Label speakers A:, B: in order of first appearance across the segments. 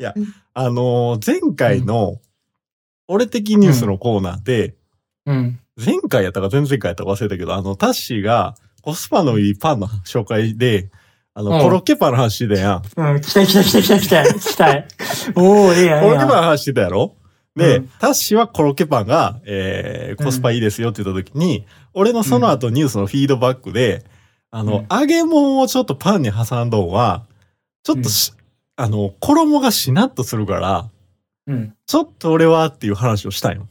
A: いや
B: うん、
A: あのー前回の、俺的ニュースのコーナーで、
B: うん。
A: 前回やったか前々回やったか忘れたけど、あの、タッシーがコスパのいいパンの紹介で、あの、
B: うん
A: コロッケパンの話してたやん。コ
B: うん、来た来た来た来た来た、来た い。おー、ええやん。ええ
A: ロッケ
B: や
A: パン
B: ん
A: の話してたやろで、
B: うん
A: タッシーはコロッケパンが、えー、コスパいいですよって言った時に、俺のその後ニュースのフィードバックで、あの、揚げ物をちょっとパンに挟んどんは、ちょっとし、あの、衣がしなっとするから、
B: うん。
A: ちょっと俺はっていう話をしたんよ。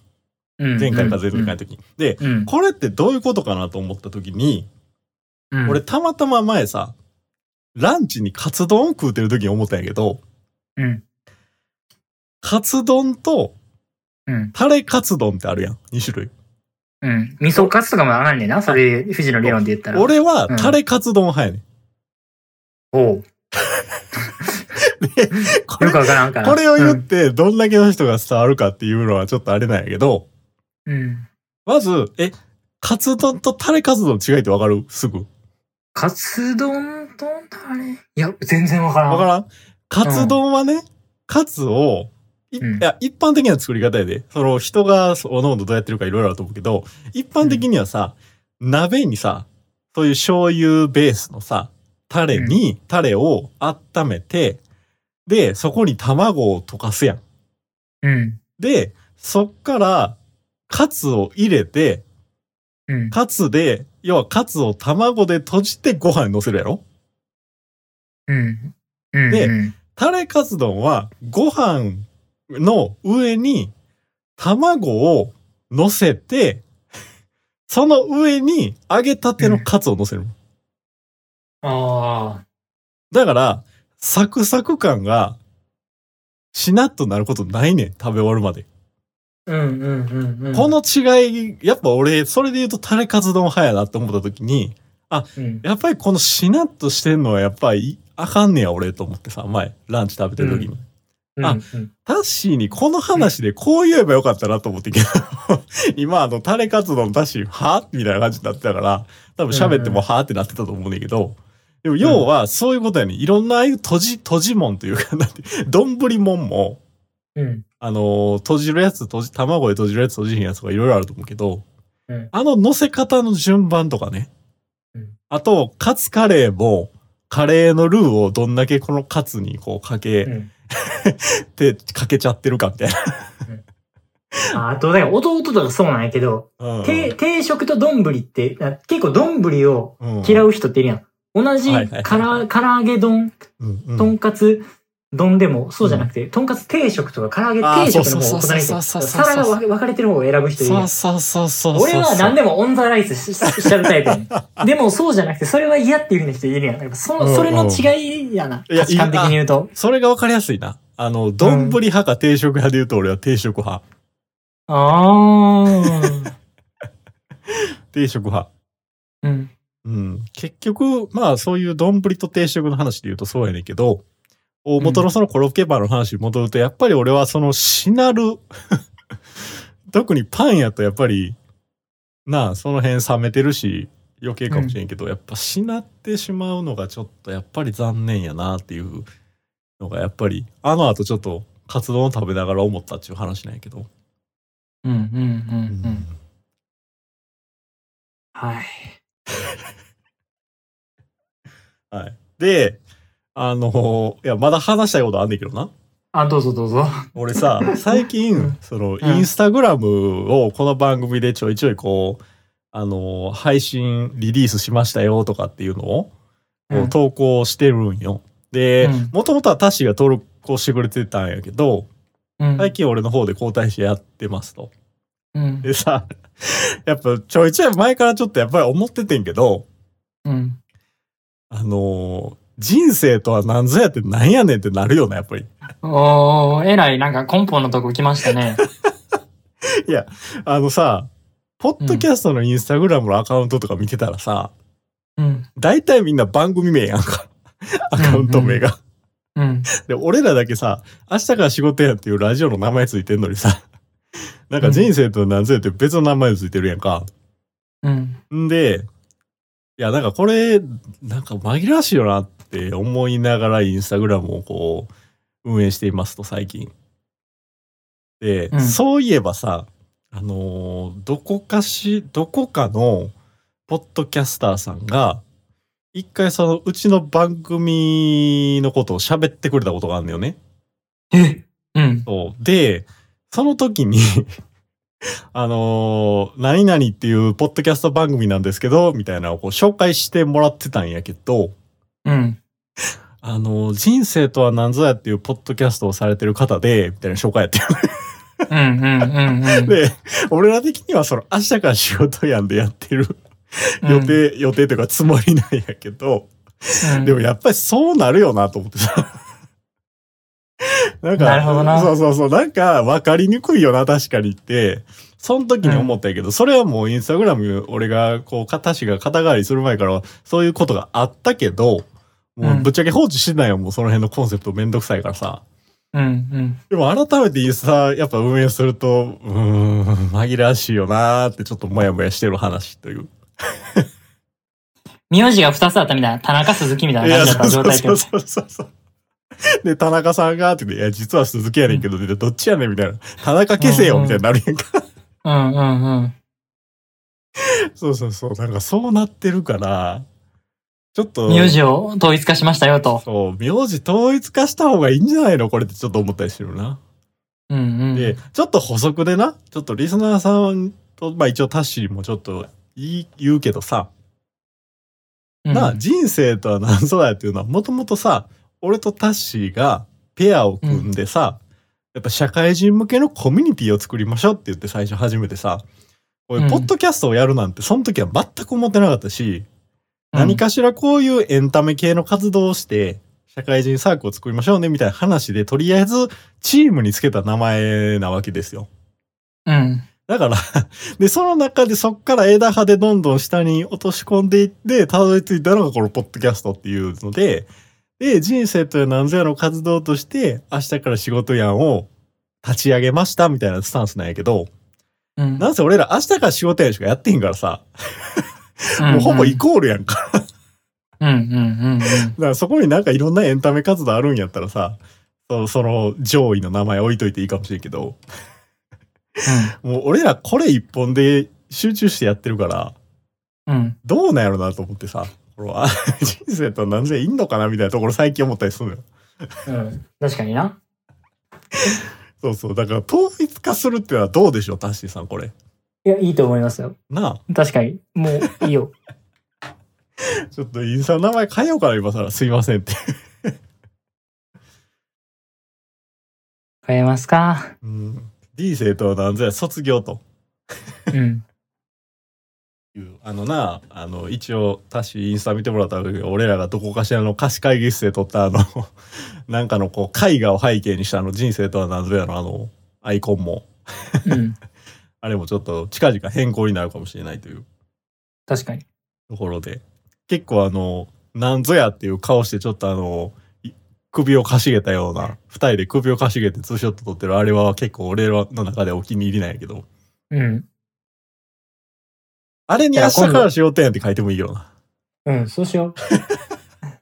B: うん。
A: 前回か前々回の時に。で、
B: うん。
A: これってどういうことかなと思った時に、
B: うん。
A: 俺、たまたま前さ、ランチにカツ丼を食うてる時に思ったんやけど、
B: うん。
A: カツ丼と
B: うん。
A: タレカツ丼ってあるやん。2種類。
B: うん。味噌カツとかもあかんねんな。それ、富士の理論で言ったら。
A: 俺は
B: うん
A: タレカツ丼派やねん。
B: おう。
A: こ
B: よ
A: れ
B: くわからんから。
A: これを言っ
B: う。
A: てどんだけの人が伝わるかっていうのはちょっとあれなんやけど、
B: うん。
A: まず、え、カツ丼とタレカツ丼の違いってわかるすぐ。
B: カツ丼とタレいや、全然わからん。
A: わからんカツ丼はね、カツを、い
B: うん
A: いや一般的な作り方やで、その人がおのおのどうやってるかいろいろあると思うけど、一般的にはさ、鍋にさ、そういう醤油ベースのさ、タレに、タレを温めて、で、そこに卵を溶かすやん。
B: うん。
A: で、そっから、カツを入れて、
B: うん。
A: カツで、要はカツを卵で閉じてご飯に乗せるやろ
B: うん。うん。
A: で
B: うん
A: タレカツ丼はご飯の上に卵を乗せて、 その上に揚げたてのカツを乗せる。
B: ああ。
A: だから、サクサク感がしなっとなることないねん。食べ終わるまで。
B: うんうんうんうん。
A: こ、の違い、やっぱ俺、それで言うとタレカツ丼派やなって思った時に、
B: うん。
A: やっぱりこのしなっとしてんのはやっぱりあかんねや俺と思ってさ、前、ランチ食べてる時に。あ
B: うんうん
A: タッシーにこの話でこう言えばよかったなと思ってんけど、今あの、タレカツ丼タッシー、はぁみたいな感じになってたから、多分喋ってもはぁってなってたと思うねんだけど、でも要はそういうことやねん。いろんなああいう閉じ、閉じもんというか、なんて、丼もんも、
B: うん。
A: あのー閉じるやつ、閉じ、卵で閉じるやつ、閉じひんやつとかいろいろあると思うけど、
B: うん
A: あの乗せ方の順番とかね。
B: うん
A: あと、カツカレーも、カレーのルーをどんだけこのカツにこうか
B: う
A: け
B: ん。
A: て、かけちゃってるかみたいな。
B: ああと、だから弟とかそうなんやけど、
A: うん
B: 定定食と丼って、な結構丼を
A: うん
B: 嫌う人っているやん。同じ
A: はいはいはい
B: から、唐揚げ丼、
A: うんうん
B: とんかつ丼でも、そうじゃなくて、とんかつ定食とか唐揚げ
A: あー
B: 定食の方
A: そうそ
B: を
A: う
B: 答え
A: そう
B: て、
A: そうそう
B: 皿が分かれてる方を選ぶ人いるや
A: そ
B: ん
A: う。そうそうそうそう。
B: 俺は何でもオンザライスしししちゃうタイプやね んでもそうじゃなくて、それは嫌っていう風な人いるやん。やっぱそ
A: うんう
B: の
A: ん
B: それの違いやな。
A: いや
B: 価値観的に言うと。
A: それが分かりやすいな。あの、丼派か定食派で言うと俺は定食派。
B: あー。
A: 定食派。
B: うん。
A: うん。結局、まあそういう丼と定食の話で言うとそうやねんけど、大元のそのコロッケパンの話に戻ると、やっぱり俺はそのしなる、 特にパンやとやっぱり、なあ、その辺冷めてるし、余計かもしれんけど、やっぱしなってしまうのがちょっとやっぱり残念やなっていうのがやっぱり、あの後ちょっとカツ丼を食べながら思ったっていう話なんやけど。
B: うんうんうんうん。はい。
A: はい。で、あの、いや、まだ話したいことあんねんけどな。
B: あ、どうぞどうぞ。
A: 俺 さ最近その
B: う
A: イ
B: ん
A: ンスタグラムをこの番組でちょいちょいこうあの配信リリースしましたよとかっていうのを
B: うん
A: 投稿してるんよ。で
B: うん
A: もともとはタシが登録してくれてたんやけど
B: うん
A: 最近俺の方で交代してやってますと。
B: うん
A: でさ やっぱちょいちょい前からちょっとやっぱり思っててんけど
B: うん。
A: あの人生とは何ぞやってなんやねんってなるよなやっぱり。
B: おー、えらい、なんか根本のとこ来まし たね。
A: あのさポッドキャストのインスタグラムのアカウントとか見てたらさ、
B: うん。
A: 大体みんな番組名やんか。アカウント名が。
B: うん。
A: で、俺らだけさ、明日から仕事やんっていうラジオの名前ついてんのにさ、なんか人生と何ぞやって別の名前ついてるやんか。
B: うん。
A: んで、いや、なんかこれ、なんか紛らわしいよなって思いながらインスタグラムをこう、運営していますと、最近。で、
B: うん
A: そういえばさ、あのーどこかし、どこかの、ポッドキャスターさんが、一回その、うちの番組のことを喋ってくれたことがあるんだよね。
B: えうん。
A: そう。で、その時に、 あのー何々っていうポッドキャスト番組なんですけど、みたいなのをこう紹介してもらってたんやけど、
B: うん。
A: あのー人生とは何ぞやっていうポッドキャストをされてる方で、みたいな紹介やって
B: うんうんうんうん。
A: で、俺ら的にはその明日から仕事やんでやってる
B: うん
A: 予定、予定というかつもりなんやけど、
B: うん
A: でもやっぱりそうなるよなと思ってさ。 なんか、
B: なるほどな
A: そうそうそう、なんか分かりにくいよな、確かにって、その時に思ったんやけど、それはもうインスタグラム、俺が、こう、片しが肩代わりする前から、そういうことがあったけど、もうぶっちゃけ放置してないよ、もうその辺のコンセプトめんどくさいからさ。
B: うん
A: でも改めてインスタやっぱ運営すると、うーん、紛らわしいよなーってちょっともやもやしてる話という。
B: うん。名字が二つあったみたいな、田中鈴木みたいな感じだった状態って
A: そ
B: こ
A: う
B: と。
A: そうそうそう。で、田中さんがって言って、いや、実は鈴木やねんけど、でどっちやねんみたいな。田中消せよみたいになるやんか。
B: うんうんうん。
A: そうそうそう。なんかそうなってるから、ちょっと、
B: 名字を統一化しましたよと。
A: そう、名字統一化した方がいいんじゃないのこれってちょっと思ったりしてるな。
B: うんうん。
A: で、ちょっと補足でな、ちょっとリスナーさんと、まあ一応タッシーもちょっと言い言うけどさ、
B: うん、
A: なあ人生とは何ぞやっていうのはもともとさ俺とタッシーがペアを組んでさ、やっぱ社会人向けのコミュニティを作りましょうって言って最初初めてさこういう
B: うん
A: ポッドキャストをやるなんてその時は全く思ってなかったし、
B: うん
A: 何かしらこういうエンタメ系の活動をして社会人サークルを作りましょうねみたいな話でとりあえずチームにつけた名前なわけですよ。
B: うん。
A: だから、 で、その中でそっから枝葉でどんどん下に落とし込んでいって、たどり着いたのがこのポッドキャストっていうので、で、人生という何ぞやの活動として、明日から仕事やんを立ち上げましたみたいなスタンスなんやけど、
B: うん。
A: なんせ俺ら明日から仕事やんしかやってへんからさ、もうほぼイコールやんか。
B: うんうんうんうん。
A: だからそこになんかいろんなエンタメ活動あるんやったらさ、そうその上位の名前置いといていいかもしれんけど、もう俺らこれ一本で集中してやってるから、
B: うん。うん。
A: どうなんやろなと思ってさ、これは 人生とは何でいいんのかなみたいなところ最近思ったりするのよ。
B: うん。確かにな。
A: そうそう。だから統一化するっていうのはどうでしょう、タッシーさん、これ。
B: いや、いいと思いますよ。
A: な
B: 確かに。もういいよ。
A: あ、ちょっとインスタの名前変えようかな、今更。すいませんって。
B: 変えますか。
A: うん。人生とは何ぞや、卒業と
B: うん。
A: いう。あのなあ、あの、一応、タッシーインスタ見てもらったら、俺らがどこかしらの貸し会議室で撮ったあの、 なんかのこう、絵画を背景にしたあの、人生とは何ぞやのあの、アイコンも、
B: うん。
A: あれもちょっと近々変更になるかもしれないという。
B: 確かに。
A: ところで結構あのなんぞやっていう顔してちょっとあのい首をかしげたような2人で首をかしげてツーショット撮ってるあれは結構俺らの中でお気に入りなんやけど
B: うん。
A: あれに
B: い
A: 明
B: や
A: 日からしようてんやって書いてもいいよな
B: うん、そうしよう。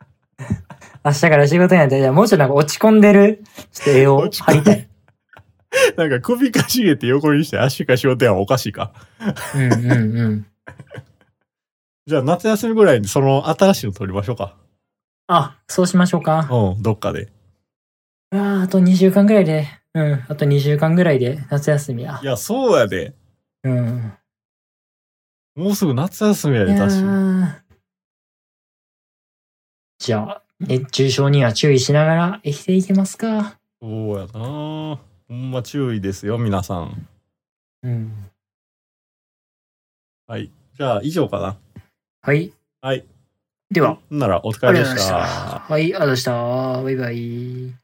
B: 明日から仕事やんじゃあもうちょっとなんか落ち込んでる、ちょっと絵を
A: 落ち
B: 貼りたい。
A: なんか首かしげて横にして明日からしようてんはおかしいか
B: うんうんうん。
A: じゃあ夏休みぐらいにその新しいの撮りましょうか
B: あ、そうしましょうか。
A: うんどっかで
B: あーあと2週間ぐらいで。うん、あと2週間ぐらいで夏休みや
A: い。やそうやで
B: うん。
A: もうすぐ夏休みやで
B: いや
A: 確かに
B: ーじゃあ、熱中症には注意しながら生きていけますか。
A: そうやなほんま注意ですよ皆さん
B: うん。
A: はいじゃあ以上かな
B: はい。
A: はい
B: では、
A: ならお疲
B: あり
A: れ
B: が
A: で
B: とうございま
A: し
B: した。
A: た
B: はい、ありがとうございました。バイバイ。